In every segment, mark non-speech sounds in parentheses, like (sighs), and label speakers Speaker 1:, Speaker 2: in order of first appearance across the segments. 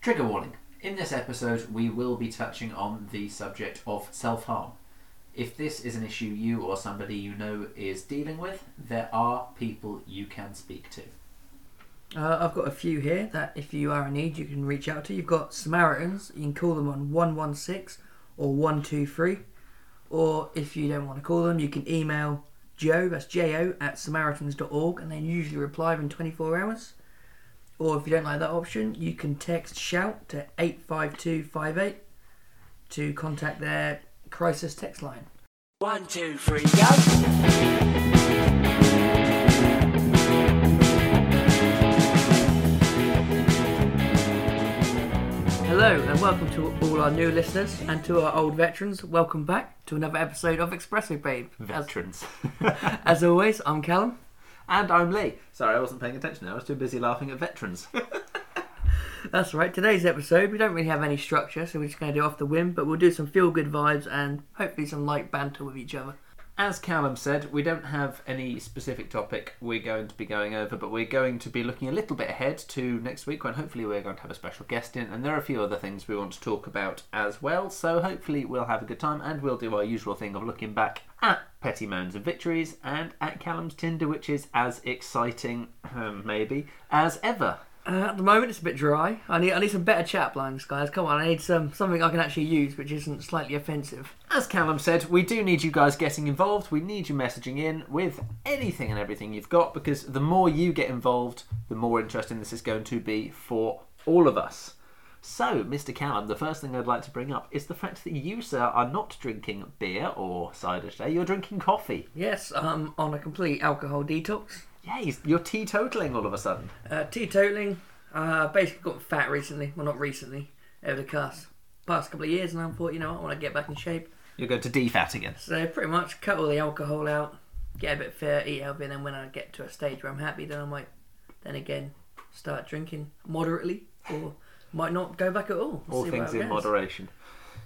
Speaker 1: Trigger warning. In this episode, we will be touching on the subject of self harm. If this is an issue you or somebody you know is dealing with, there are people you can speak to.
Speaker 2: Uh, I've got a few here that if you are in need, you can reach out to. You've got Samaritans. You can call them on 116 or 123. Or if you don't want to call them, you can email Joe, that's jo, at samaritans.org, and they usually reply within 24 hours. Or if you don't like that option, you can text SHOUT to 85258 to contact their crisis text line.
Speaker 3: One, two, three, go.
Speaker 2: Hello, and welcome to all our new listeners and to our old veterans. Welcome back to another episode of Espresso Babe. As-
Speaker 1: Veterans.
Speaker 2: As always, I'm Callum.
Speaker 1: (laughs) and I'm Lee. Sorry, I wasn't paying attention. I was too busy laughing at veterans.
Speaker 2: That's right. Today's episode, we don't really have any structure, so we're just going to do off the whim, but we'll do some feel good vibes and hopefully some light banter with each other.
Speaker 1: As Callum said, we don't have any specific topic we're going to be going over, but we're going to be looking a little bit ahead to next week when hopefully we're going to have a special guest in, and there are a few other things we want to talk about as well. So hopefully we'll have a good time and we'll do our usual thing of looking back at petty moans and victories and at Callum's Tinder, which is as exciting, (clears throat) um, maybe, as ever.
Speaker 2: Uh, at the moment, it's a bit dry. I need, I need some better chat lines, guys. Come on, I need some something I can actually use which isn't slightly offensive.
Speaker 1: As Callum said, we do need you guys getting involved. We need you messaging in with anything and everything you've got because the more you get involved, the more interesting this is going to be for all of us. So, Mr. Callum, the first thing I'd like to bring up is the fact that you, sir, are not drinking beer or cider today. You're drinking coffee.
Speaker 2: Yes, I'm on a complete alcohol detox.
Speaker 1: Yay, you're teetotaling all of a sudden.
Speaker 2: Uh, teetotaling. Uh, basically got fat recently. Well, not recently. Over the past, past couple of years, and I thought, you know what, I want to get back in shape.
Speaker 1: You're going to defat again.
Speaker 2: So pretty much cut all the alcohol out, get a bit fit, eat healthy, and then when I get to a stage where I'm happy, then I might, then again, start drinking moderately, or might not go back at all. We'll
Speaker 1: All
Speaker 2: see where
Speaker 1: things
Speaker 2: it
Speaker 1: in
Speaker 2: goes.
Speaker 1: moderation.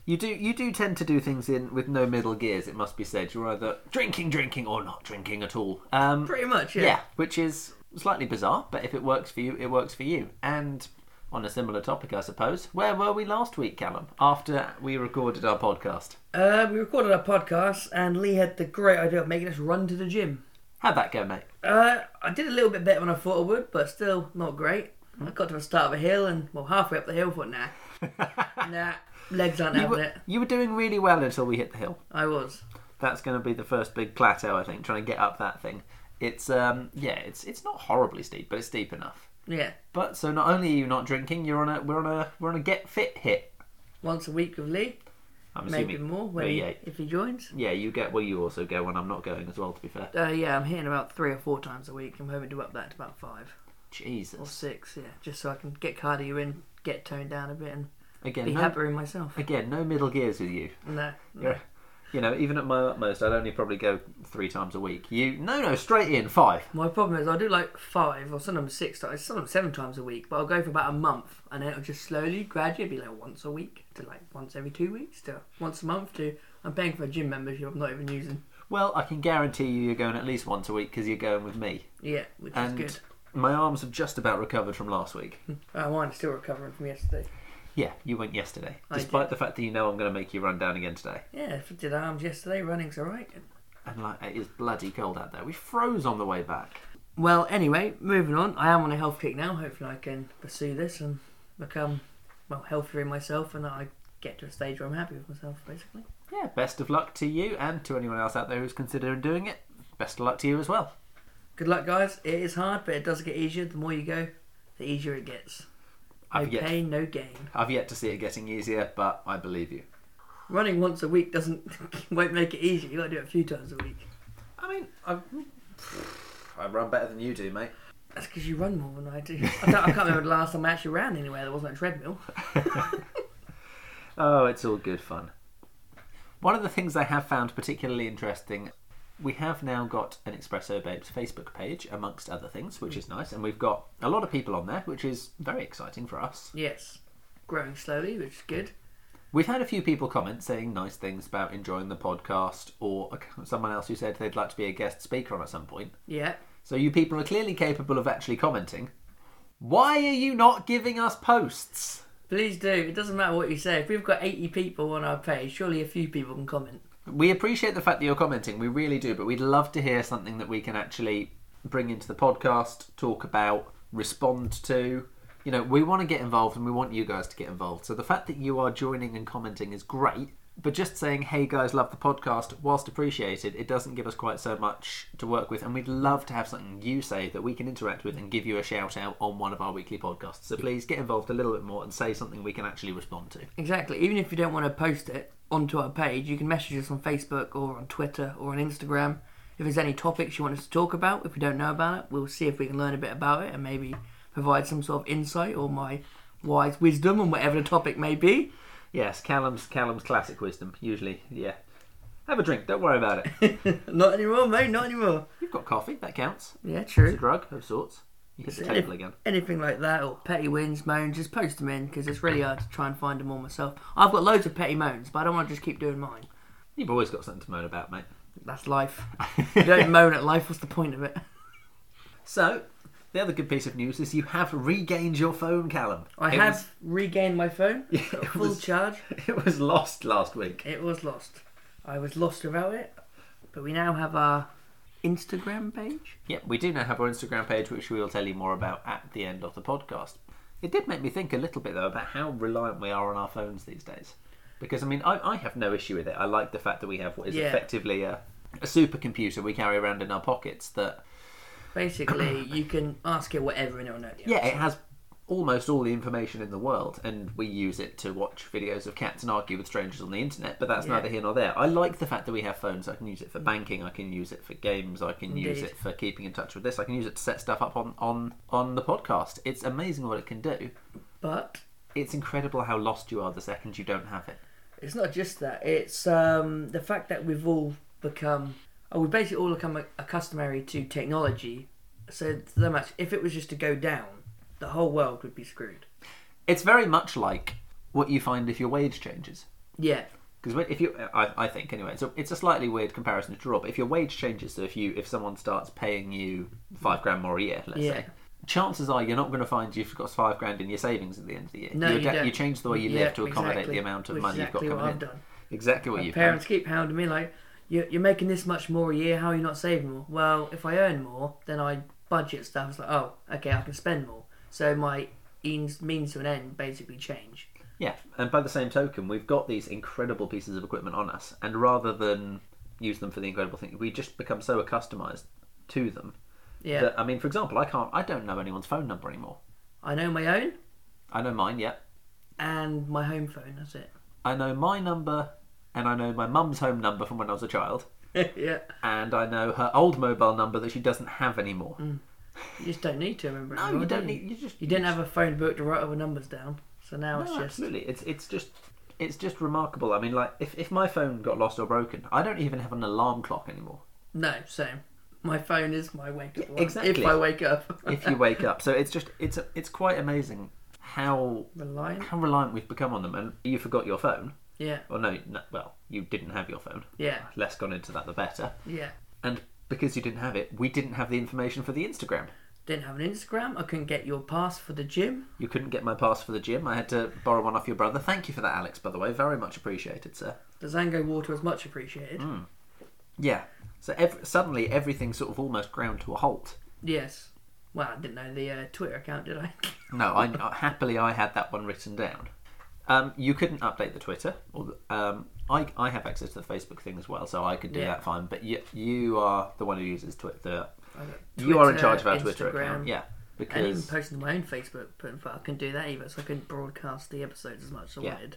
Speaker 1: You do you do tend to do things in with no middle gears. It must be said. You're either drinking, drinking, or not drinking at all. Um,
Speaker 2: Pretty much, yeah.
Speaker 1: Yeah. which is slightly bizarre, but if it works for you, it works for you. And on a similar topic, I suppose, where were we last week, Callum? After we recorded our podcast,
Speaker 2: Uh, we recorded our podcast, and Lee had the great idea of making us run to the gym.
Speaker 1: how'd that go, mate?
Speaker 2: Uh, I did a little bit better than I thought I would, but still not great.
Speaker 1: Hmm.
Speaker 2: I got to the start of a hill, and well, halfway up the hill, I thought,
Speaker 1: (laughs)
Speaker 2: nah, nah, legs aren't
Speaker 1: You
Speaker 2: having
Speaker 1: were,
Speaker 2: it.
Speaker 1: you were doing really well until we hit the hill.
Speaker 2: I was.
Speaker 1: That's going to be the first big plateau, I think. Trying to get up that thing. It's um yeah, it's it's not horribly steep, but it's steep enough.
Speaker 2: Yeah,
Speaker 1: But so not only are you not drinking, you're on a we're on a we're on a get fit hit.
Speaker 2: once a week with Lee,
Speaker 1: I'm
Speaker 2: maybe
Speaker 1: assuming.
Speaker 2: more when he,
Speaker 1: yeah,
Speaker 2: if he joins.
Speaker 1: yeah, you get well. You also go when I'm not going as well. To be fair,
Speaker 2: Uh, yeah, I'm hitting about three or four times a week. I'm hoping to up that to about five or
Speaker 1: Jesus.
Speaker 2: six, yeah, just so I can get cardio in, get toned down a bit, and
Speaker 1: Again,
Speaker 2: be
Speaker 1: no,
Speaker 2: happier in myself.
Speaker 1: again, no middle gears with you.
Speaker 2: No, no.
Speaker 1: You're- you know, even at my utmost, I'd only probably go three times a week. You, no, no, straight in five.
Speaker 2: My problem is I do like five or sometimes six times, sometimes seven times a week, but I'll go for about a month, and then it'll just slowly, gradually be like once a week to like once every two weeks to once a month to. I'm paying for a gym membership I'm not even using.
Speaker 1: Well, I can guarantee you, you're going at least once a week because you're going with me.
Speaker 2: Yeah, which
Speaker 1: And
Speaker 2: is
Speaker 1: my arms have just about recovered from last week.
Speaker 2: good. Uh, mine's still recovering from yesterday.
Speaker 1: yeah, you went yesterday,
Speaker 2: I did.
Speaker 1: despite the fact that you know I'm going to make you run down again today.
Speaker 2: Yeah, if I did arms yesterday, running's alright.
Speaker 1: And like, it is bloody cold out there. We froze on the way back.
Speaker 2: Well, anyway, moving on. I am on a health kick now. Hopefully, I can pursue this and become well healthier in myself, and that I get to a stage where I'm happy with myself, basically.
Speaker 1: Yeah, best of luck to you and to anyone else out there who's considering doing it. Best of luck to you as well.
Speaker 2: Good luck, guys. It is hard, but it does get easier. The more you go, the easier it gets. No
Speaker 1: I've yet,
Speaker 2: pain, no gain.
Speaker 1: I've yet to see it getting easier, but I believe you.
Speaker 2: Running once a week doesn't (laughs) won't make it easier. You got to do it a few times a week.
Speaker 1: I mean, I, (sighs) I run better than you do,
Speaker 2: (laughs)
Speaker 1: mate.
Speaker 2: That's because you run more than I do. I, don't, I can't remember the last time I actually ran anywhere. There wasn't a treadmill.
Speaker 1: Oh, it's all good fun. One of the things I have found particularly interesting, we have now got an Espresso Babes Facebook page, amongst other things, which is nice, and we've got a lot of people on there, which is very exciting for us.
Speaker 2: Yes, growing slowly, which is good.
Speaker 1: We've had a few people comment saying nice things about enjoying the podcast, or someone else who said they'd like to be a guest speaker on at some point.
Speaker 2: Yeah.
Speaker 1: So you people are clearly capable of actually commenting. Why are you not giving us posts?
Speaker 2: Please do. It doesn't matter what you say. If we've got 80 people on our page, surely a few people can comment.
Speaker 1: We appreciate the fact that you're commenting. We really do, but we'd love to hear something that we can actually bring into the podcast, talk about, respond to. You know, we want to get involved and we want you guys to get involved. So the fact that you are joining and commenting is great, but just saying, hey guys, love the podcast, whilst appreciated, it doesn't give us quite so much to work with. And we'd love to have something you say that we can interact with and give you a shout out on one of our weekly podcasts. So please get involved a little bit more and say something we can actually respond to.
Speaker 2: Exactly. Even if you don't want to post it onto our page, you can message us on Facebook or on Twitter or on Instagram. If there's any topics you want us to talk about, if we don't know about it, we'll see if we can learn a bit about it and maybe provide some sort of insight or my wise wisdom on whatever the topic may be.
Speaker 1: Yes, Callum's Callum's classic wisdom. Usually, yeah. Have a drink. Don't worry about it.
Speaker 2: (laughs) not anymore, mate. Not anymore.
Speaker 1: You've got coffee. That counts.
Speaker 2: Yeah,
Speaker 1: It's a
Speaker 2: true.
Speaker 1: drug of sorts. You hit the
Speaker 2: Any-
Speaker 1: table again.
Speaker 2: Anything like that or petty wins, moans, just post them in because it's really hard to try and find them all myself. I've got loads of petty moans, but I don't want to just keep doing mine.
Speaker 1: You've always got something to moan about, mate.
Speaker 2: That's life. If you
Speaker 1: (laughs)
Speaker 2: don't moan at life, what's the point of it?
Speaker 1: So, the other good piece of news is you have regained your phone, Callum.
Speaker 2: I
Speaker 1: It
Speaker 2: have
Speaker 1: was- (laughs)
Speaker 2: regained my phone. got
Speaker 1: it
Speaker 2: full
Speaker 1: was-
Speaker 2: charge.
Speaker 1: it was lost last week.
Speaker 2: It was lost. I was lost without it. But we now have our Instagram page.
Speaker 1: Yep, we do now have our Instagram page, which we will tell you more about at the end of the podcast. It did make me think a little bit, though, about how reliant we are on our phones these days. Because, I mean, I, I have no issue with it. I like the fact that we have what is
Speaker 2: Yeah.
Speaker 1: effectively a, a supercomputer we carry around in our pockets that (coughs)
Speaker 2: Basically, you can ask it whatever and it'll know. the
Speaker 1: yeah,
Speaker 2: answer.
Speaker 1: it has almost all the information in the world, and we use it to watch videos of cats and argue with strangers on the internet. But that's
Speaker 2: Yeah.
Speaker 1: neither here nor there. I like the fact that we have phones. I can use it for banking. I can use it for games. I can use
Speaker 2: Indeed.
Speaker 1: it for keeping in touch with this. I can use it to set stuff up on on on the podcast. It's amazing what it can do.
Speaker 2: But
Speaker 1: It's incredible how lost you are the second you don't have it.
Speaker 2: it's not just that. It's um, the fact that we've all become, oh, we've basically all become accustomed to technology. So, so much. If it was just to go down, the whole world would be screwed.
Speaker 1: It's very much like what you find if your wage changes.
Speaker 2: Yeah.
Speaker 1: Because if you, I, I think anyway, so it's a slightly weird comparison to draw. But if your wage changes, so if you, if someone starts paying you five grand more a year, let's
Speaker 2: Yeah.
Speaker 1: say, chances are you're not going to find you've got five grand in your savings at the end of the year.
Speaker 2: No,
Speaker 1: you,
Speaker 2: you don't.
Speaker 1: you change the way you
Speaker 2: Yeah,
Speaker 1: live to accommodate
Speaker 2: exactly.
Speaker 1: the amount of
Speaker 2: Which is
Speaker 1: money
Speaker 2: exactly
Speaker 1: you've
Speaker 2: what
Speaker 1: got coming
Speaker 2: I've
Speaker 1: in.
Speaker 2: done.
Speaker 1: Exactly what
Speaker 2: My
Speaker 1: you've
Speaker 2: parents keep hounding me like, you're, you're making this much more a year, how are you not saving more? Well, if I earn more, then I budget stuff. It's like, oh, okay, I can spend more. So my eans, means to an end basically change.
Speaker 1: Yeah, and by the same token, we've got these incredible pieces of equipment on us, and rather than use them for the incredible thing, we just become so accustomed to them.
Speaker 2: Yeah.
Speaker 1: That, I mean, for example, I can't, I don't know anyone's phone number anymore.
Speaker 2: I know my own
Speaker 1: I know mine, yeah.
Speaker 2: and my home phone,
Speaker 1: (laughs)
Speaker 2: that's it.
Speaker 1: I know my number and I know my mum's home number from when I was a child,
Speaker 2: yeah.
Speaker 1: and I know her old mobile number that she doesn't have anymore.
Speaker 2: You just don't need to remember.
Speaker 1: No,
Speaker 2: anymore,
Speaker 1: you
Speaker 2: do
Speaker 1: don't need. You just
Speaker 2: Mm, You didn't have a phone book to write all the numbers down. So now
Speaker 1: No,
Speaker 2: it's just.
Speaker 1: absolutely. It's it's just it's just remarkable. I mean, like if if my phone got lost or broken, I don't even have an alarm clock anymore.
Speaker 2: No, same. My phone is my wake up. one,
Speaker 1: exactly.
Speaker 2: If I wake up.
Speaker 1: If you wake up, so it's just it's it's quite amazing how
Speaker 2: (laughs) Reliant?
Speaker 1: how reliant we've become on them. And you forgot your phone,
Speaker 2: Yeah.
Speaker 1: or no, no well, you didn't have your phone.
Speaker 2: Yeah.
Speaker 1: Less gone into that, the better.
Speaker 2: Yeah.
Speaker 1: And because you didn't have it, we didn't have the information for the Instagram.
Speaker 2: Didn't have an Instagram. I couldn't get your pass for the gym.
Speaker 1: You couldn't get my pass for the gym. I had to borrow one off your brother. Thank you for that, Alex, by the way. Very much appreciated, sir.
Speaker 2: The Zango water was much appreciated.
Speaker 1: Hmm. Yeah. So ev- suddenly everything sort of almost ground to a halt.
Speaker 2: Yes. Well, I didn't know the uh, Twitter account, did I? (laughs)
Speaker 1: No, I, I- happily I had that one written down. Um, you couldn't update the Twitter. Or the, um, I, I have access to the Facebook thing as well, so I could do
Speaker 2: Yeah.
Speaker 1: that fine. But you, you are the one who uses Twitter.
Speaker 2: I got
Speaker 1: you are in
Speaker 2: Twitter,
Speaker 1: charge of our Twitter
Speaker 2: Instagram,
Speaker 1: account. Yeah.
Speaker 2: And even
Speaker 1: Because
Speaker 2: posting to my own Facebook profile, I couldn't do that either, so I couldn't broadcast the episodes as much as I
Speaker 1: Yeah.
Speaker 2: wanted.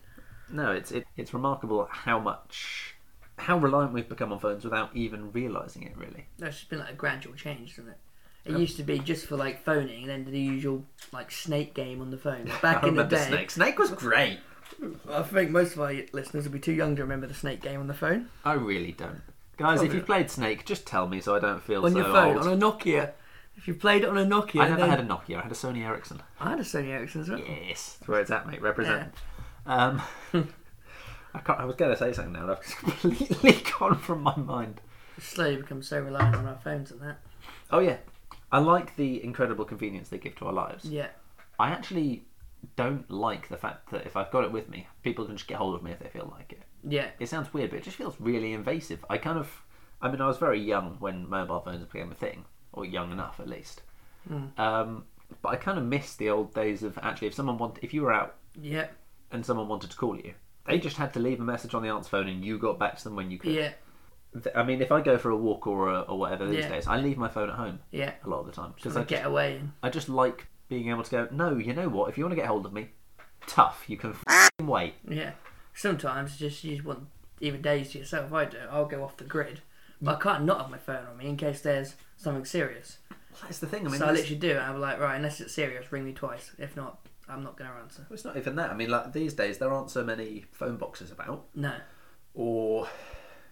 Speaker 1: no, it's it, it's remarkable how much how reliant we've become on phones without even realizing it. Really.
Speaker 2: That's just been like a gradual change, isn't it? It used to be just for like phoning, and then the usual like snake game on
Speaker 1: (laughs)
Speaker 2: the phone. Back
Speaker 1: I
Speaker 2: in the
Speaker 1: remember
Speaker 2: day,
Speaker 1: Snake. Snake was great.
Speaker 2: I think most of our listeners will be too young to remember the snake game on the phone.
Speaker 1: I really don't. Guys, if
Speaker 2: Probably
Speaker 1: you've played Snake, just tell me so I don't feel
Speaker 2: on
Speaker 1: so
Speaker 2: your phone,
Speaker 1: old.
Speaker 2: on a Nokia. If you played it on a Nokia,
Speaker 1: I never
Speaker 2: then...
Speaker 1: had a Nokia. I had a Sony Ericsson.
Speaker 2: I had a Sony Ericsson as well.
Speaker 1: Yes, that's where it's at, mate. Represent. Um,
Speaker 2: (laughs)
Speaker 1: I can't. I was going to say something now, and I've (laughs) completely gone from my mind.
Speaker 2: slowly become so reliant on our phones and that.
Speaker 1: Oh yeah, I like the incredible convenience they give to our lives.
Speaker 2: Yeah.
Speaker 1: I actually don't like the fact that if I've got it with me, people can just get hold of me if they feel like it.
Speaker 2: Yeah.
Speaker 1: It sounds weird, but it just feels really invasive. I kind of, I mean, I was very young when mobile phones became a thing, or young enough at least.
Speaker 2: Hmm.
Speaker 1: Um, but I kind of miss the old days of actually, if someone wanted, if you were out
Speaker 2: Yeah.
Speaker 1: and someone wanted to call you, they just had to leave a message on the answer phone, and you got back to them when you could.
Speaker 2: Yeah.
Speaker 1: Th- I mean, if I go for a walk or a, or whatever these
Speaker 2: Yeah.
Speaker 1: days, I leave my phone at home
Speaker 2: Yeah.
Speaker 1: a lot of the time because
Speaker 2: Because I
Speaker 1: I just,
Speaker 2: get away. and-
Speaker 1: I just like being able to go. No, you know what? If you want to get hold of me, tough. You
Speaker 2: (laughs)
Speaker 1: can f***ing wait.
Speaker 2: Yeah. Sometimes just you just want even days to yourself. I do. I'll go off the grid. But I can't not have my phone on me in case there's something serious.
Speaker 1: That's the thing. I mean,
Speaker 2: so I
Speaker 1: that's-
Speaker 2: literally do. I'm like, right, unless it's serious, ring me twice. If not, I'm not going to answer.
Speaker 1: Well, It's not even that. I mean, like these days, there aren't so many phone boxes about.
Speaker 2: No.
Speaker 1: Or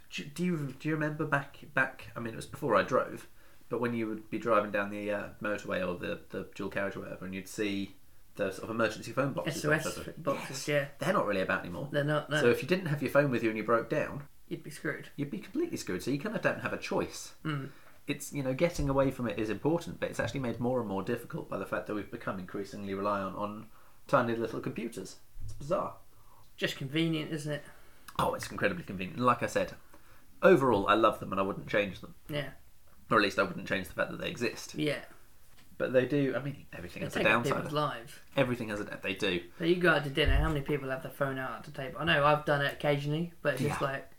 Speaker 1: do, do you do you remember back back? I mean, it was before I drove, but when you would be driving down the uh, motorway or the, the dual carriage or whatever, and you'd see the sort of emergency phone boxes. that
Speaker 2: SOS
Speaker 1: sort of- Yes.
Speaker 2: boxes, yeah.
Speaker 1: They're not really about anymore.
Speaker 2: They're not, no.
Speaker 1: So if you didn't have your phone with you and you broke down,
Speaker 2: You'd be screwed.
Speaker 1: you'd be completely screwed. So you kind of don't have a choice. It's you know getting away from it is important, but it's actually made more and more difficult by the fact that we've become increasingly reliant on tiny little computers. It's bizarre.
Speaker 2: Just convenient, isn't it?
Speaker 1: Oh, it's incredibly convenient. And Like I said, overall, I love them and I wouldn't change them.
Speaker 2: Yeah.
Speaker 1: Or at least I wouldn't change the fact that they exist.
Speaker 2: Yeah.
Speaker 1: But they do, I mean, everything
Speaker 2: They
Speaker 1: has a
Speaker 2: take up people's
Speaker 1: downside.
Speaker 2: lives.
Speaker 1: Everything has a They do.
Speaker 2: So you go out to dinner, how many people have their phone out at the table? I know I've done it occasionally, but it's just
Speaker 1: Yeah.
Speaker 2: like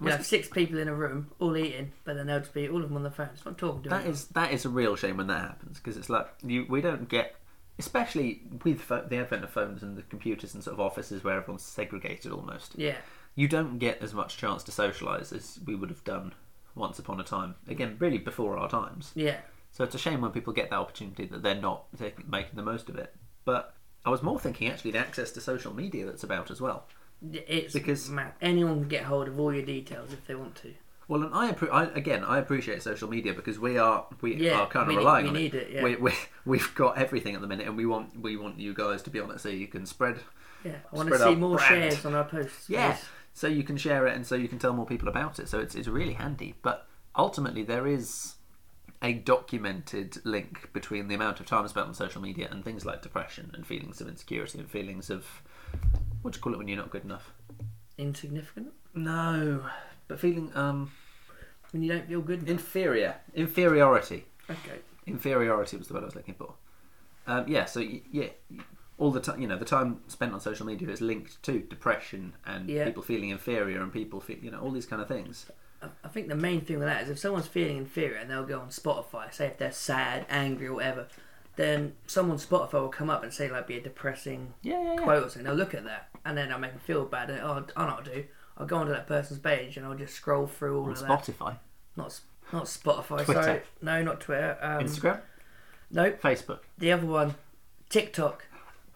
Speaker 2: you have six people in a room, all eating, but then they'll just be all of them on the phone. It's not talking to
Speaker 1: That
Speaker 2: anyone.
Speaker 1: is that is a real shame when that happens because it's like you we don't get, especially with pho- the advent of phones and the computers and sort of offices where everyone's segregated almost.
Speaker 2: Yeah.
Speaker 1: You don't get as much chance to socialise as we would have done once upon a time. Again, really before our times.
Speaker 2: Yeah.
Speaker 1: So it's a shame when people get that opportunity that they're not taking, making the most of it. But I was more thinking actually the access to social media that's about as well.
Speaker 2: It's
Speaker 1: Because-
Speaker 2: mad. anyone can get hold of all your details if they want to.
Speaker 1: Well, and I, appre- I again I appreciate social media because we are we
Speaker 2: Yeah,
Speaker 1: are kind
Speaker 2: we
Speaker 1: of
Speaker 2: need-
Speaker 1: relying
Speaker 2: we
Speaker 1: on
Speaker 2: need
Speaker 1: it.
Speaker 2: it, yeah.
Speaker 1: We, (laughs) we we've got everything at the minute, and we want we want you guys to be on it so you can spread.
Speaker 2: Yeah. I want to
Speaker 1: Spread
Speaker 2: see
Speaker 1: our
Speaker 2: more
Speaker 1: brand.
Speaker 2: shares on our posts.
Speaker 1: Yeah.
Speaker 2: please.
Speaker 1: So you can share it, and so you can tell more people about it. So it's it's really handy. But ultimately, there is a documented link between the amount of time spent on social media and things like depression and feelings of insecurity and feelings of what do you call it when you're not good enough?
Speaker 2: Insignificant?
Speaker 1: No, but feeling um
Speaker 2: When you don't feel good?
Speaker 1: inferior, inferiority,
Speaker 2: okay.
Speaker 1: inferiority was the word I was looking for. Um, yeah, so y- yeah, all the time you know the time spent on social media is linked to depression and
Speaker 2: Yeah.
Speaker 1: people feeling inferior and people feel you know all these kind of things.
Speaker 2: I- I think the main thing with that is if someone's feeling inferior and they'll go on Spotify, say if they're sad, angry, or whatever, then someone Spotify will come up and say like be a depressing
Speaker 1: Yeah, yeah, yeah.
Speaker 2: quote or something. They'll look at that and then I'll make them feel bad. And oh, I know what I'll do. I'll go onto that person's page and I'll just scroll through all
Speaker 1: On
Speaker 2: of that.
Speaker 1: Spotify,
Speaker 2: Not s- not Spotify.
Speaker 1: Twitter.
Speaker 2: Sorry, no, not Twitter. Um,
Speaker 1: Instagram,
Speaker 2: Nope,
Speaker 1: Facebook,
Speaker 2: the other one, TikTok.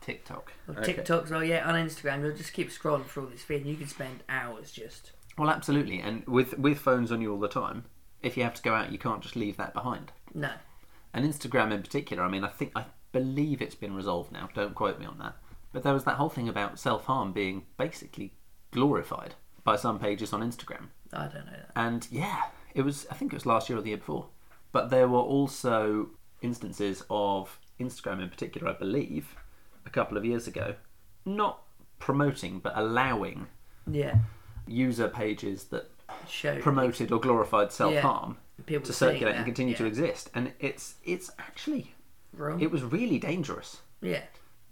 Speaker 1: TikTok,
Speaker 2: Or
Speaker 1: Okay.
Speaker 2: TikToks, oh yeah, on Instagram, you'll just keep scrolling through all this feed and you can spend hours just.
Speaker 1: Well, absolutely, and with with phones on you all the time, if you have to go out, you can't just leave that behind.
Speaker 2: No.
Speaker 1: and Instagram in particular. I mean, I think I believe it's been resolved now. Don't quote me on that. But there was that whole thing about self harm being basically glorified by some pages on Instagram.
Speaker 2: I don't know that.
Speaker 1: And yeah, it was. I think it was last year or the year before. But there were also instances of Instagram in particular, I believe, a couple of years ago, not promoting but allowing
Speaker 2: Yeah.
Speaker 1: user pages that
Speaker 2: Show
Speaker 1: promoted or glorified self harm
Speaker 2: people
Speaker 1: to
Speaker 2: seeing
Speaker 1: circulate
Speaker 2: that,
Speaker 1: and continue to
Speaker 2: yeah.
Speaker 1: exist. And it's it's actually
Speaker 2: wrong.
Speaker 1: it was really dangerous
Speaker 2: yeah.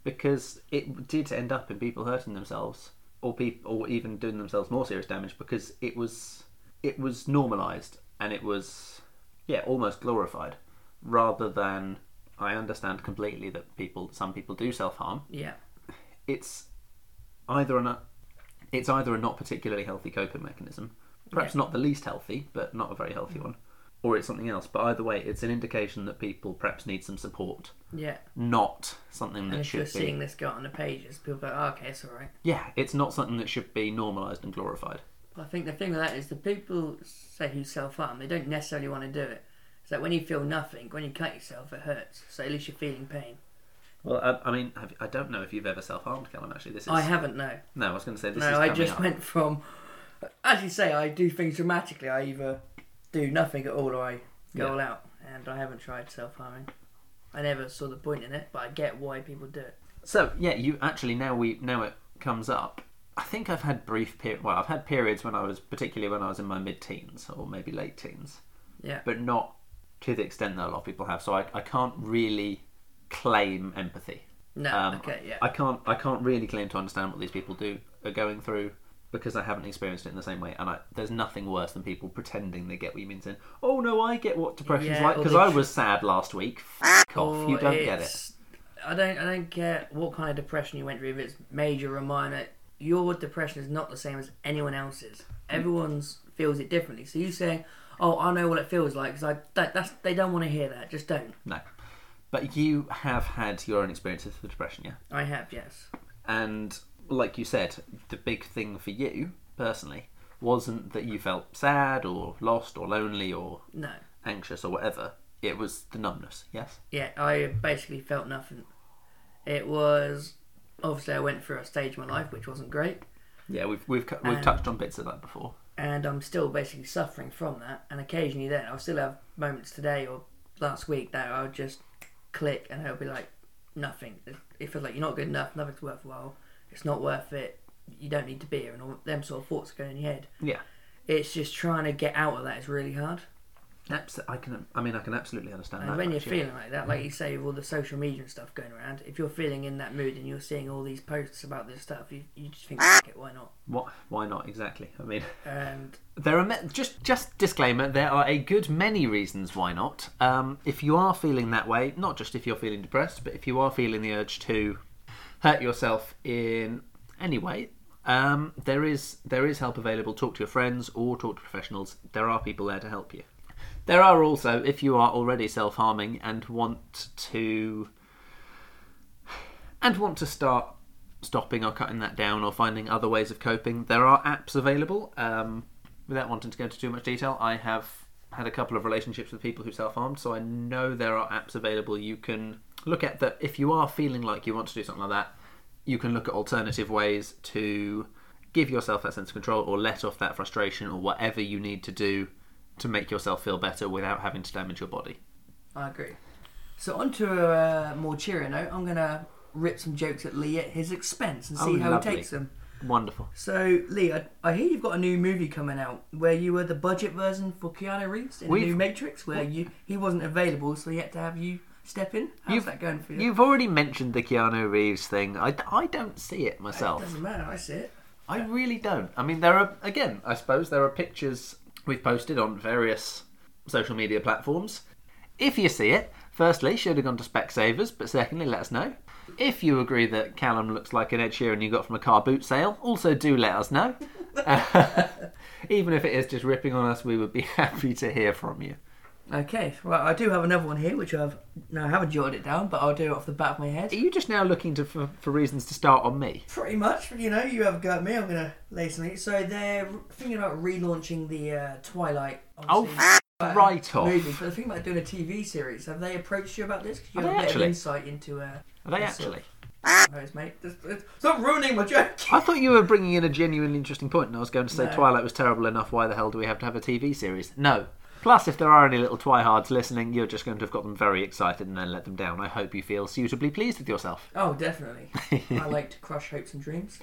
Speaker 1: because it did end up in people hurting themselves or people or even doing themselves more serious damage because it was it was normalized and it was yeah almost glorified rather than I understand completely that people some people do self-harm
Speaker 2: Yeah.
Speaker 1: it's either an it's either a not particularly healthy coping mechanism, perhaps not the least healthy, but not a very healthy one, or it's something else. But either way, it's an indication that people perhaps need some support,
Speaker 2: Yeah.
Speaker 1: not something
Speaker 2: And
Speaker 1: that
Speaker 2: if you're
Speaker 1: should be.
Speaker 2: seeing this go out on the pages, people go, oh, okay, it's alright.
Speaker 1: Yeah, it's not something that should be normalised and glorified.
Speaker 2: I think the thing with that is the people say who self harm, they don't necessarily want to do it. It's like when you feel nothing, when you cut yourself, it hurts. So at least you're feeling pain.
Speaker 1: Well, I, I mean, have, I don't know if you've ever self-harmed, Callum. Actually, this is
Speaker 2: I haven't, no.
Speaker 1: no. I was going to say this is
Speaker 2: No, I
Speaker 1: coming
Speaker 2: just
Speaker 1: up.
Speaker 2: went from, as you say, I do things dramatically. I either do nothing at all or I go
Speaker 1: Yeah.
Speaker 2: all out. And I haven't tried self harming. I never saw the point in it, but I get why people do it.
Speaker 1: So yeah, you actually now we now it comes up. I think I've had brief period. Well, I've had periods when I was particularly when I was in my mid-teens or maybe late teens,
Speaker 2: Yeah.
Speaker 1: but not to the extent that a lot of people have. So I, I can't really claim empathy.
Speaker 2: no.
Speaker 1: Um,
Speaker 2: okay. Yeah.
Speaker 1: I can't I can't really claim to understand what these people do are going through because I haven't experienced it in the same way. And I, there's nothing worse than people pretending they get what you mean, saying, "Oh no, I get what depression's
Speaker 2: Yeah,
Speaker 1: like
Speaker 2: or
Speaker 1: because
Speaker 2: they
Speaker 1: I
Speaker 2: tr-
Speaker 1: was sad last week." F- off, you
Speaker 2: Or
Speaker 1: don't get it.
Speaker 2: it's- I don't. I don't care what kind of depression you went through. If it's major or minor, your depression is not the same as anyone else's. Everyone's feels it differently. So you saying, "Oh, I know what it feels like," because I that, that's they don't want to hear that. Just don't.
Speaker 1: No, but you have had your own experiences with depression, yeah.
Speaker 2: I have yes.
Speaker 1: And like you said, the big thing for you personally wasn't that you felt sad or lost or lonely or
Speaker 2: No.
Speaker 1: anxious or whatever. It was the numbness. Yes.
Speaker 2: Yeah. I basically felt nothing. It was obviously I went through a stage in my life which wasn't great.
Speaker 1: Yeah, we've we've cu- we've
Speaker 2: Um,
Speaker 1: touched on bits of that before.
Speaker 2: and I'm still basically suffering from that. And occasionally, then I'll still have moments today or last week that I'll just click and it'll be like nothing. It feels like you're not good enough, nothing's worthwhile, it's not worth it, you don't need to be here, and all them sort of thoughts going in your head.
Speaker 1: Yeah.
Speaker 2: It's just trying to get out of that is really hard.
Speaker 1: Abs- I can. I mean, I can absolutely understand
Speaker 2: And
Speaker 1: that.
Speaker 2: when you're
Speaker 1: much, yeah. Mm.
Speaker 2: feeling like that, like you say, with all the social media and stuff going around, if you're feeling in that mood and you're seeing all these posts about this stuff, you, you just think, "F- it, why not? Um,
Speaker 1: What? Why not? Exactly. I mean, (laughs)
Speaker 2: And
Speaker 1: there are me- just just disclaimer. There are a good many reasons why not. Um, if you are feeling that way, not just if you're feeling depressed, but if you are feeling the urge to hurt yourself in any way, um, there is there is help available. Talk to your friends or talk to professionals. There are people there to help you. There are also, if you are already self harming and want to and want to start stopping or cutting that down or finding other ways of coping, there are apps available. Um, without wanting to go into too much detail, I have had a couple of relationships with people who self harmed, so I know there are apps available you can look at that if you are feeling like you want to do something like that, you can look at alternative ways to give yourself that sense of control or let off that frustration or whatever you need to do to make yourself feel better without having to damage your body.
Speaker 2: I agree. So onto a uh, more cheery note, I'm gonna rip some jokes at Lee at his expense and see
Speaker 1: Oh,
Speaker 2: how
Speaker 1: lovely.
Speaker 2: he takes them.
Speaker 1: Wonderful.
Speaker 2: So Lee, I, I hear you've got a new movie coming out where you were the budget version for Keanu Reeves in the
Speaker 1: We've-
Speaker 2: new Matrix, where you he wasn't available, so he had to have you step in. How's
Speaker 1: You've-
Speaker 2: that going for you?
Speaker 1: You've already mentioned the Keanu Reeves thing. I, I don't see it myself.
Speaker 2: Doesn't matter. I see it.
Speaker 1: I really don't. I mean, there are again. I suppose there are pictures we've posted on various social media platforms. If you see it, firstly, should have gone to Specsavers, but secondly, let us know. If you agree that Callum looks like an Ed Sheeran you got from a car boot sale, also do let us (laughs) know. Even if it is just ripping on us, we would be (laughs) happy to hear from you.
Speaker 2: Okay. Well, I do have another one here, which I've no, I haven't jotted it down, but I'll do it off the back of my
Speaker 1: Are
Speaker 2: head.
Speaker 1: you just now looking to, for, for reasons to start on me?
Speaker 2: Pretty much, you know, you have a go at me. I'm gonna lay something. So they're thinking about relaunching the uh, Twilight.
Speaker 1: Oh,
Speaker 2: obviously.
Speaker 1: f- right off.
Speaker 2: movie. But the thing about doing a TV series, have they approached you about this? 'Cause you
Speaker 1: Have
Speaker 2: have
Speaker 1: they
Speaker 2: a bit
Speaker 1: actually?
Speaker 2: of insight into uh,
Speaker 1: Are they
Speaker 2: Yes, sir.
Speaker 1: actually?
Speaker 2: those, mate. Just- just- Stop ruining my joke.
Speaker 1: I thought you were bringing in a genuinely interesting point, and I was going to say
Speaker 2: No.
Speaker 1: Twilight was terrible enough. Why the hell do we have to have a TV series? No. Plus, if there are any little Twihards listening, you're just going to have got them very excited and then let them down. I hope you feel suitably pleased with yourself.
Speaker 2: (laughs) Oh,
Speaker 1: (laughs)
Speaker 2: definitely. I like to crush hopes and dreams.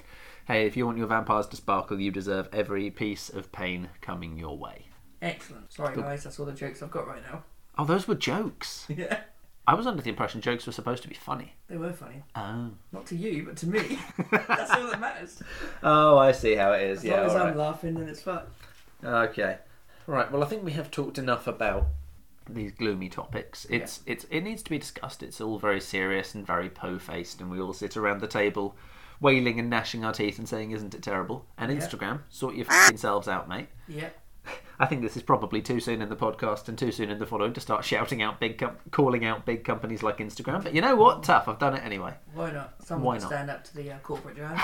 Speaker 1: Hey, if you want your vampires to sparkle, you deserve every piece of pain coming your way.
Speaker 2: Excellent. Sorry, guys, that's all the jokes I've got right now. (laughs)
Speaker 1: Oh, those were jokes.
Speaker 2: Yeah,
Speaker 1: I was under the impression jokes were supposed to be funny.
Speaker 2: they were funny.
Speaker 1: Oh.
Speaker 2: Not to you, but to me. (laughs) that's all that matters.
Speaker 1: Oh, I see how it um, is.
Speaker 2: As long as I'm laughing, then it's fun.
Speaker 1: Okay. Right. Well, I think we have talked enough about these gloomy topics. It's it's it needs to be discussed. It's all very serious and very po-faced, and we all sit around the table, wailing and gnashing our teeth and saying, "Isn't it terrible?" And
Speaker 2: Yeah.
Speaker 1: Instagram, sort your fing selves out, mate.
Speaker 2: Yeah.
Speaker 1: I think this is probably too soon in the podcast and too soon in the following to start shouting out big, com- calling out big companies like Instagram. But you know what? Tough. I've done it anyway. (laughs)
Speaker 2: Why not? Someone
Speaker 1: Why
Speaker 2: can
Speaker 1: not?
Speaker 2: stand up to the uh, corporate giants.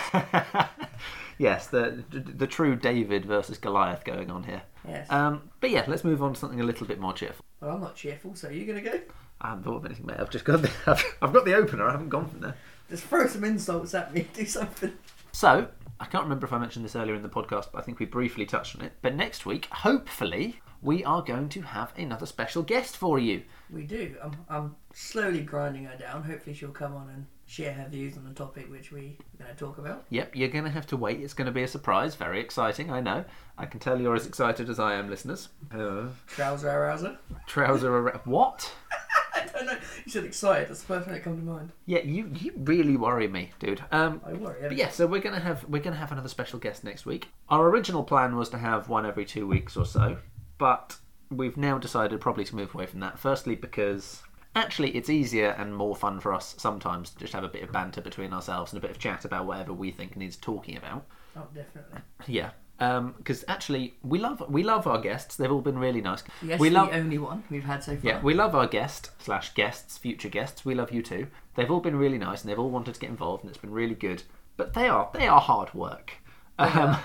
Speaker 1: yes, the the true David versus Goliath going on here.
Speaker 2: Yes.
Speaker 1: Um, but yeah, let's move on to something a little bit more cheerful.
Speaker 2: well, I'm not cheerful, so you're going to go?
Speaker 1: I haven't thought of anything, mate. I've just got the, (laughs) I've, I've got the opener. I haven't gone from there.
Speaker 2: Just throw some insults at me. (laughs) Do something.
Speaker 1: So I can't remember if I mentioned this earlier in the podcast, but I think we briefly touched on it. But next week, hopefully, we are going to have another special guest for you.
Speaker 2: We do. I'm, I'm slowly grinding her down. Hopefully, she'll come on and share her views on the topic which we're going to talk about.
Speaker 1: Yep, you're going to have to wait. It's going to be a surprise. Very exciting, I know. I can tell you're as excited as I am, listeners. Uh,
Speaker 2: Trouser arouser.
Speaker 1: trouser around. What?
Speaker 2: (laughs) I don't know. You said excited. That's the first thing that come to mind.
Speaker 1: Yeah, you, you really worry me, dude. Um,
Speaker 2: I worry.
Speaker 1: But yeah, so we're gonna have we're gonna have another special guest next week. Our original plan was to have one every two weeks or so, but we've now decided probably to move away from that. Firstly, because actually it's easier and more fun for us sometimes to just have a bit of banter between ourselves and a bit of chat about whatever we think needs talking about.
Speaker 2: Oh, definitely.
Speaker 1: Yeah. Because actually, we love we love our guests. They've all been really nice.
Speaker 2: Yes,
Speaker 1: we
Speaker 2: the
Speaker 1: love
Speaker 2: only one we've had so far.
Speaker 1: yeah, we love our guest slash guests, future guests. We love you too. They've all been really nice and they've all wanted to get involved and it's been really good. But they are they are hard work. Um,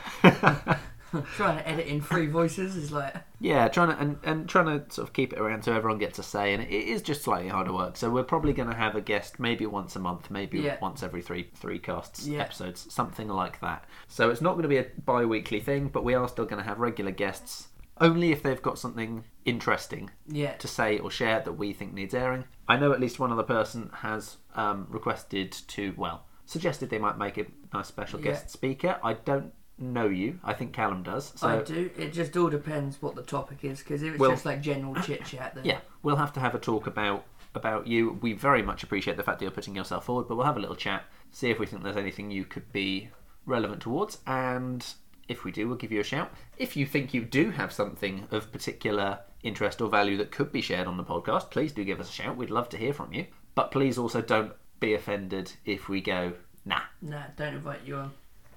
Speaker 2: Trying to edit in three voices is like
Speaker 1: (laughs) yeah, trying to and, and trying to sort of keep it around so everyone gets a say, and it is just slightly harder work. So we're probably going to have a guest maybe once a month, maybe
Speaker 2: Yeah.
Speaker 1: once every three three casts
Speaker 2: Yeah.
Speaker 1: episodes, something like that. So it's not going to be a bi-weekly thing, but we are still going to have regular guests only if they've got something interesting
Speaker 2: yeah.
Speaker 1: to say or share that we think needs airing. I know at least one other person has um, requested to, well, suggested they might make a nice special
Speaker 2: Yeah.
Speaker 1: guest speaker. I don't know you. I think Callum does. So
Speaker 2: I do. It just all depends what the topic is, because if it's
Speaker 1: Well-
Speaker 2: just like general chit chat, then
Speaker 1: yeah, we'll have to have a talk about about you. We very much appreciate the fact that you're putting yourself forward, but we'll have a little chat, see if we think there's anything you could be relevant towards, and if we do, we'll give you a shout. If you think you do have something of particular interest or value that could be shared on the podcast, please do give us a shout. We'd love to hear from you. But please also don't be offended if we go, nah,
Speaker 2: nah, don't invite you on.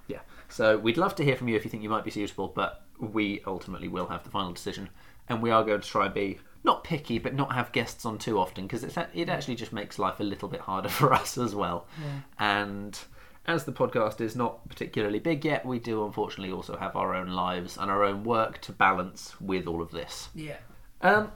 Speaker 1: yeah. So we'd love to hear from you if you think you might be suitable, but we ultimately will have the final decision, and we are going to try and be not picky, but not have guests on too often because it's a- it actually just makes life a little bit harder (laughs) for us as well. And as the podcast is not particularly big yet, we do unfortunately also have our own lives and our own work to balance with all of this.
Speaker 2: Yeah.
Speaker 1: Um,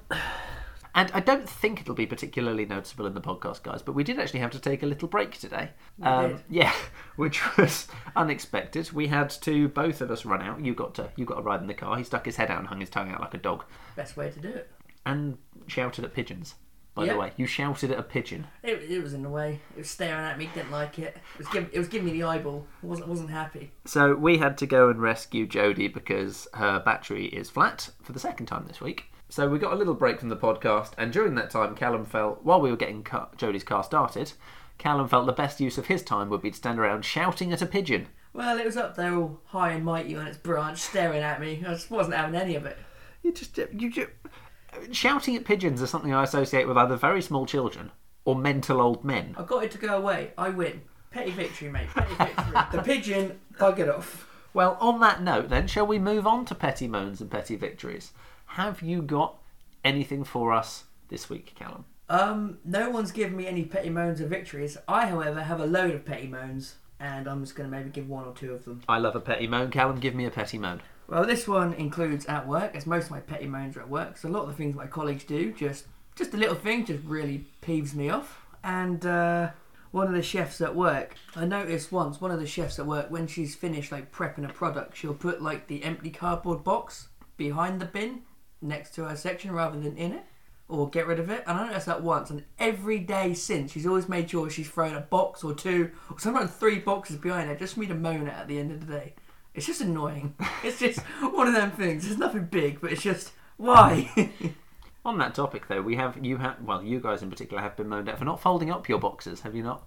Speaker 1: and I don't think it'll be particularly noticeable in the podcast, guys, but we did actually have to take a little break today. Um,
Speaker 2: did.
Speaker 1: (laughs) yeah, which was unexpected. We had to both of us run out. You got to you got a ride in the car. He stuck his head out and hung his tongue out like a dog,
Speaker 2: Best way to do it.
Speaker 1: and shouted at pigeons. By
Speaker 2: Yeah.
Speaker 1: the way, you shouted at a pigeon.
Speaker 2: It, it was in the way. It was staring at me. Didn't like it. It was giving. It was giving me the eyeball. I wasn't. wasn't happy.
Speaker 1: So we had to go and rescue Jodie because her battery is flat for the second time this week. So we got a little break from the podcast, and during that time, Callum felt while we were getting car- Jodie's car started, Callum felt the best use of his time would be to stand around shouting at a pigeon.
Speaker 2: Well, it was up there all high and mighty on its branch, staring at me. I just wasn't having any of it.
Speaker 1: You just you just shouting at pigeons is something I associate with either very small children or mental old men.
Speaker 2: I got it to go away. I win. Petty victory, mate. Petty victory. the pigeon buggered off.
Speaker 1: Well, on that note, then, shall we move on to petty moans and petty victories? Have you got anything for us this week, Callum?
Speaker 2: Um, no one's given me any petty moans or victories. I, however, have a load of petty moans, and I'm just going to maybe give one or two of them.
Speaker 1: I love a petty moan. Callum, give me a petty moan.
Speaker 2: Well, this one includes at work, as most of my petty moans are at work. So a lot of the things my colleagues do, just just a little thing, just really peeves me off. And uh, one of the chefs at work, I noticed once one of the chefs at work, when she's finished like prepping a product, she'll put like the empty cardboard box behind the bin next to her section rather than in it, or get rid of it. And I noticed that once, and every day since, she's always made sure she's thrown a box or two, or sometimes three boxes behind her, just for me to moan at at the end of the day. It's just annoying. (laughs) It's just one of them things. It's nothing big, but it's just why. (laughs)
Speaker 1: On that topic, though, we have you have well, you guys in particular have been moaned at for not folding up your boxes, have you not?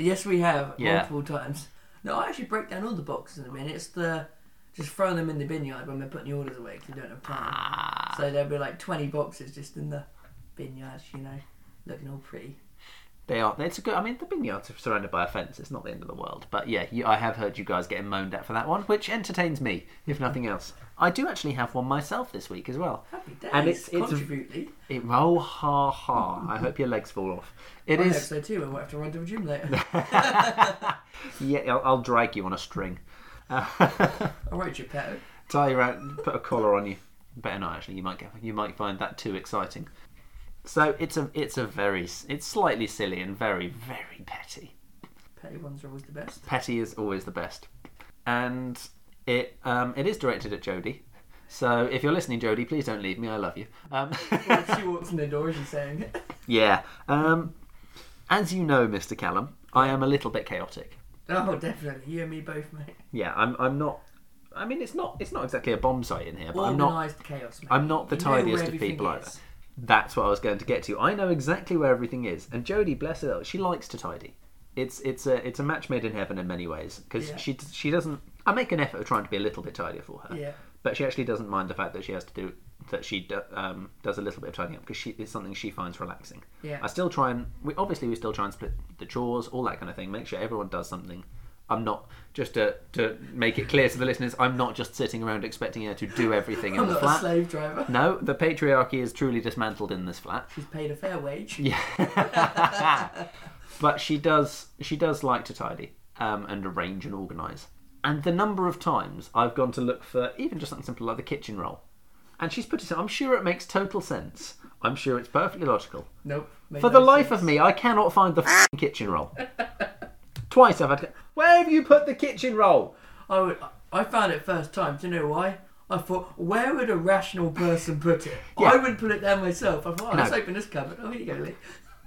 Speaker 2: yes, we have
Speaker 1: Yeah.
Speaker 2: multiple times. No, I actually break down all the boxes in a minute. It's the just throwing them in the bin yard when we're putting the orders away because we don't have time.
Speaker 1: Ah,
Speaker 2: So there'll be like twenty boxes just in the bin yards, you know, looking all pretty.
Speaker 1: they are. It's a good. I mean, the vineyards are surrounded by a fence. It's not the end of the world, but yeah, you, I have heard you guys getting moaned at for that one, which entertains me, if nothing else. I do actually have one myself this week as well.
Speaker 2: Happy days.
Speaker 1: And it's- it's-
Speaker 2: contribute Lee.
Speaker 1: It, oh ha ha! I hope your legs fall off. It
Speaker 2: I hope
Speaker 1: is.
Speaker 2: so too. I won't have to run to the gym
Speaker 1: (laughs)
Speaker 2: later.
Speaker 1: Yeah, I'll, I'll drag you on a string. (laughs)
Speaker 2: All right, Geppetto.
Speaker 1: tie you around, put a collar on you. Better not actually. You might get, you might find that too exciting. So it's a it's a very s- it's slightly silly and very very petty.
Speaker 2: Petty ones are always
Speaker 1: (laughs)
Speaker 2: the best.
Speaker 1: Petty is always the best, and it um, it is directed at Jodie. So if you're listening, Jodie, please don't leave me. I love you. Um, (laughs)
Speaker 2: Well, if she walks in the door, she's saying,
Speaker 1: yeah. Um, as you know, Mr. Callum, I am a little bit chaotic.
Speaker 2: Oh, definitely. You and me both, mate.
Speaker 1: Yeah, I'm. I'm not. I mean, it's not. It's not exactly a bomb site in here, but I'm not.
Speaker 2: Organised chaos, mate.
Speaker 1: I'm not the
Speaker 2: You know where
Speaker 1: tidiest of
Speaker 2: everything
Speaker 1: people either.
Speaker 2: is.
Speaker 1: That's what I was going to get to. I know exactly where everything is, and Jodie, bless her, she likes to tidy. It's it's a it's a match made in heaven in many ways because
Speaker 2: Yeah.
Speaker 1: she she doesn't. I make an effort of trying to be a little bit tidier for her,
Speaker 2: Yeah.
Speaker 1: but she actually doesn't mind the fact that she has to do that. She do, um, does a little bit of tidying up because it's something she finds relaxing.
Speaker 2: Yeah.
Speaker 1: I still try and we obviously we still try and split the chores, all that kind of thing. Make sure everyone does something. I'm not just to to make it clear to the listeners. I'm not just sitting around expecting her to do everything in
Speaker 2: I'm
Speaker 1: the
Speaker 2: not a
Speaker 1: flat.
Speaker 2: slave driver.
Speaker 1: No, the patriarchy is truly dismantled in this flat.
Speaker 2: She's paid a fair wage.
Speaker 1: Yeah. but she does she does like to tidy um, and arrange and organise. And the number of times I've gone to look for even just something simple like the kitchen roll. And she's put it I'm sure it makes total sense. I'm sure it's perfectly logical.
Speaker 2: Nope. made
Speaker 1: For the
Speaker 2: no
Speaker 1: life
Speaker 2: sense.
Speaker 1: of me, I cannot find the f kitchen roll. Twice I've had to Where have you put the kitchen roll?
Speaker 2: I, would, I found it first time. Do you know why? I thought, where would a rational person put it?
Speaker 1: Yeah.
Speaker 2: I would put it there myself. I thought, oh, let's
Speaker 1: No.
Speaker 2: open this cupboard. Oh, here you go, Lee.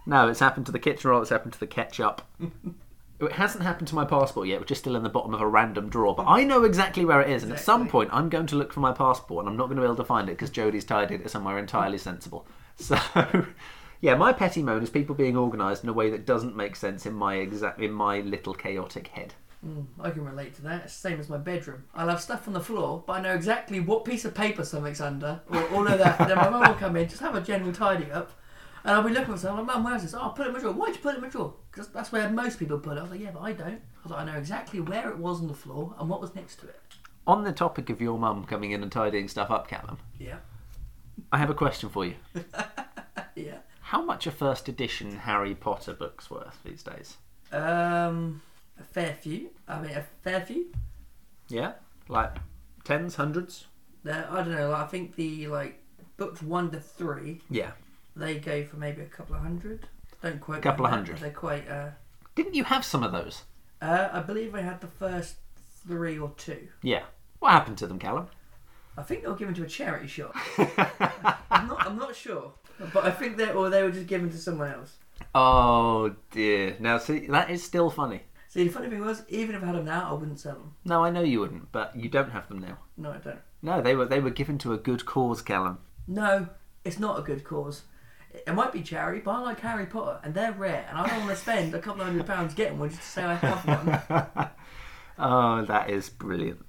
Speaker 1: No, it's happened to the kitchen roll. It's happened to the ketchup. it hasn't happened to my passport yet, which is still in the bottom of a random drawer. But I know exactly where it is, and at some
Speaker 2: Exactly.
Speaker 1: point I'm going to look for my passport, and I'm not going to be able to find it because Jodie's tidied it somewhere entirely sensible. (laughs) So, yeah, my petty moan is people being organised in a way that doesn't make sense in my exact in my little chaotic head.
Speaker 2: I can relate to that. It's the same as my bedroom. I'll have stuff on the floor, but I know exactly what piece of paper something's under, or all of that. then my mum will come in, just have a general tidy up, and I'll be looking for something. Like, Mum, where's this? Oh, I put it in my drawer. Why'd you put it in my drawer? Because that's where most people put it. I was like, yeah, but I don't. I was like, I know exactly where it was on the floor and what was next to it.
Speaker 1: On the topic of your mum coming in and tidying stuff up, Callum,
Speaker 2: Yeah,
Speaker 1: I have a question for you.
Speaker 2: yeah.
Speaker 1: How much are first edition Harry Potter books worth these days?
Speaker 2: Um, a fair few. I mean, a fair few.
Speaker 1: Yeah, like tens, hundreds.
Speaker 2: There, I don't know. Like, I think the like books one to three,
Speaker 1: Yeah.
Speaker 2: they go for maybe a couple of hundred. Don't quote. me
Speaker 1: Couple
Speaker 2: on
Speaker 1: of
Speaker 2: that,
Speaker 1: hundred.
Speaker 2: but They're quite. Uh,
Speaker 1: Didn't you have some of those?
Speaker 2: Uh, I believe I had the first three or two.
Speaker 1: Yeah. What happened to them, Callum?
Speaker 2: I think they were given to a charity shop. I'm not. I'm not sure, but I think they or they were just given to someone else.
Speaker 1: (laughs) Oh dear. Now see, that is still funny.
Speaker 2: See, the funny thing was, even if I had them now, I wouldn't sell them.
Speaker 1: No, I know you wouldn't, but you don't have them now.
Speaker 2: No, I don't.
Speaker 1: No, they were they were given to a good cause, (laughs) Callum.
Speaker 2: No, it's not a good cause. It it might be charity, but I like Harry Potter, and they're rare, and I don't want to spend a couple of hundred pounds getting one just to say I have one.
Speaker 1: Oh, that is brilliant.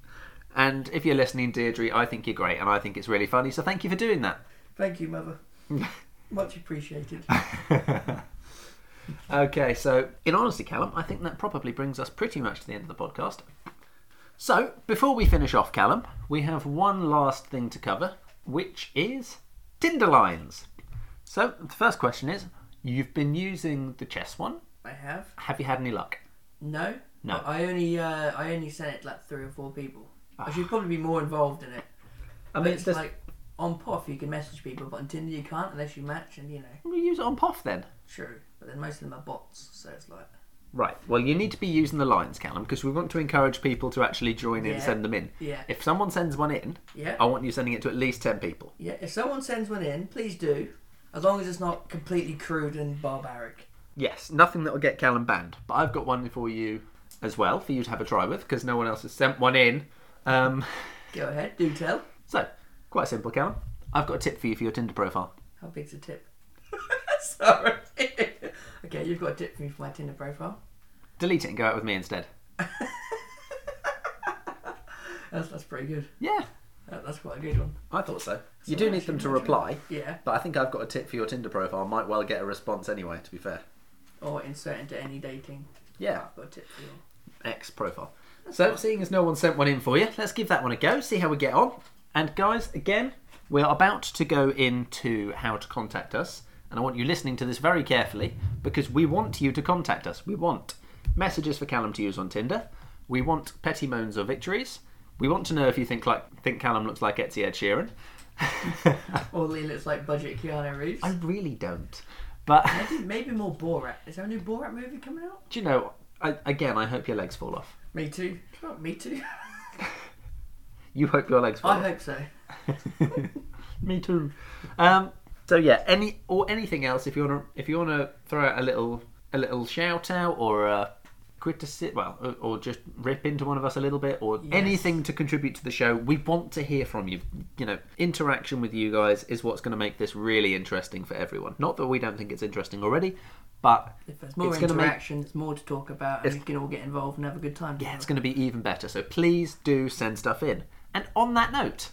Speaker 1: And if you're listening, Deirdre, I think you're great, and I think it's really funny. So thank you for doing that.
Speaker 2: Thank you, mother. Much appreciated.
Speaker 1: (laughs) Okay, so in honesty, Callum, I think that probably brings us pretty much to the end of the podcast. So before we finish off, Callum, we have one last thing to cover, which is Tinder lines. So the first question is: You've been using the chess one.
Speaker 2: I have
Speaker 1: Have you had any luck?
Speaker 2: No.
Speaker 1: No.
Speaker 2: I only uh, I only sent it to like three or four people. I should probably be more involved in it.
Speaker 1: I
Speaker 2: But it's like on Poff you can message people, but on Tinder you can't unless you match, and you know,
Speaker 1: we use it on POF then.
Speaker 2: true. But then most of them are bots, so it's like
Speaker 1: Right. Well, you need to be using the lines, Callum, because we want to encourage people to actually join in
Speaker 2: Yeah.
Speaker 1: and send them in.
Speaker 2: Yeah. Oh.
Speaker 1: If someone sends one in,
Speaker 2: Yeah.
Speaker 1: I want you sending it to at least ten people.
Speaker 2: yeah. If someone sends one in, please do, as long as it's not completely crude and barbaric.
Speaker 1: Yes, nothing that will get Callum banned. But I've got one for you as well for you to have a try with because no one else has sent one in. Um, (laughs)
Speaker 2: Go ahead, do tell.
Speaker 1: so, quite simple, Callum. I've got a tip for you for your Tinder profile.
Speaker 2: How big's a tip? (laughs) Sorry. (laughs) okay, you've got a tip for me for my Tinder profile.
Speaker 1: Delete it and go out with me instead.
Speaker 2: That's that's pretty good.
Speaker 1: Yeah,
Speaker 2: That, that's quite a good one.
Speaker 1: I thought so. You do need them to reply,
Speaker 2: Yeah.
Speaker 1: but I think I've got a tip for your Tinder profile. Might well get a response anyway, to be fair.
Speaker 2: Or insert into any dating.
Speaker 1: Yeah,
Speaker 2: I've got a tip for you.
Speaker 1: X profile. So, seeing as no one sent one in for you, let's give that one a go, see how we get on. And, guys, again, we're about to go into how to contact us. And I want you listening to this very carefully because we want you to contact us. We want messages for Callum to use on Tinder. We want petty moans or victories. We want to know if you think like think Callum looks like Etsy Ed Sheeran. (laughs)
Speaker 2: Or Lee looks like budget Keanu Reeves.
Speaker 1: I really don't. But
Speaker 2: Maybe, maybe more Borat. Is there a new Borat movie coming out?
Speaker 1: do you know? I, again, I hope your legs fall off.
Speaker 2: Me too. Oh, me too.
Speaker 1: You hope your legs fall
Speaker 2: (laughs) I
Speaker 1: off.
Speaker 2: hope so.
Speaker 1: (laughs) Me too. Um, so yeah, any or anything else if you wanna if you wanna throw out a little a little shout out or a criticism, well, or- or just rip into one of us a little bit or
Speaker 2: Yes.
Speaker 1: anything to contribute to the show, we want to hear from you. You know, interaction with you guys is what's going to make this really interesting for everyone. Not that we don't think it's interesting already, but
Speaker 2: If there's more
Speaker 1: it's gonna make-
Speaker 2: interaction, it's more to talk about, and
Speaker 1: It's-
Speaker 2: you can all get involved and have a good time.
Speaker 1: yeah, it's going to be even better. So please do send stuff in. And on that note,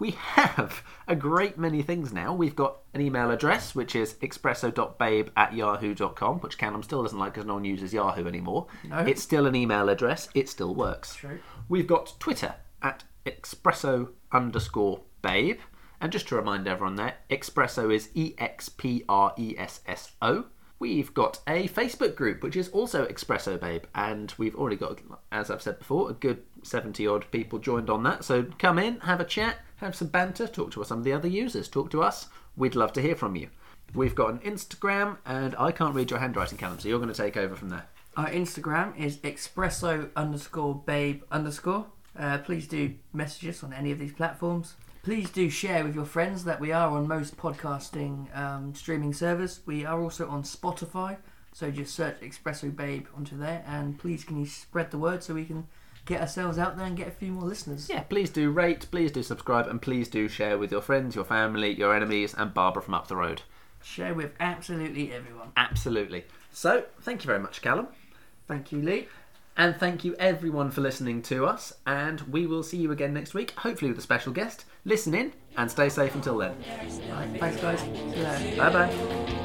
Speaker 1: we (laughs) have a great many things now. We've got an email address, which is expresso.babe at yahoo.com, which Callum still doesn't like because no one uses Yahoo anymore.
Speaker 2: No.
Speaker 1: It's still an email address, it still works.
Speaker 2: True.
Speaker 1: We've got Twitter at expresso underscore babe. And just to remind everyone there, Expresso is E X P R E S S O. We've got a Facebook group which is also Expresso Babe, and we've already got, as I've said before, a good 70 odd people joined on that. So come in, have a chat, have some banter, talk to some of the other users, talk to us. We'd love to hear from you. We've got an Instagram, and I can't read your handwriting, Callum, so you're going to take over from there.
Speaker 2: Our Instagram is expresso underscore babe underscore. Uh, please do message us on any of these platforms. Please do share with your friends that we are on most podcasting um, streaming servers. We are also on Spotify, so just search Expresso Babe onto there. And please, can you spread the word so we can get ourselves out there and get a few more listeners?
Speaker 1: Yeah, please do rate, please do subscribe, and please do share with your friends, your family, your enemies, and Barbara from up the road.
Speaker 2: Share with absolutely everyone.
Speaker 1: Absolutely. So, thank you very much, Callum.
Speaker 2: Thank you, Lee.
Speaker 1: And thank you everyone for listening to us. And we will see you again next week, hopefully with a special guest. Listen in and stay safe until then.
Speaker 2: Right, thanks, guys. See you later.
Speaker 1: Bye bye.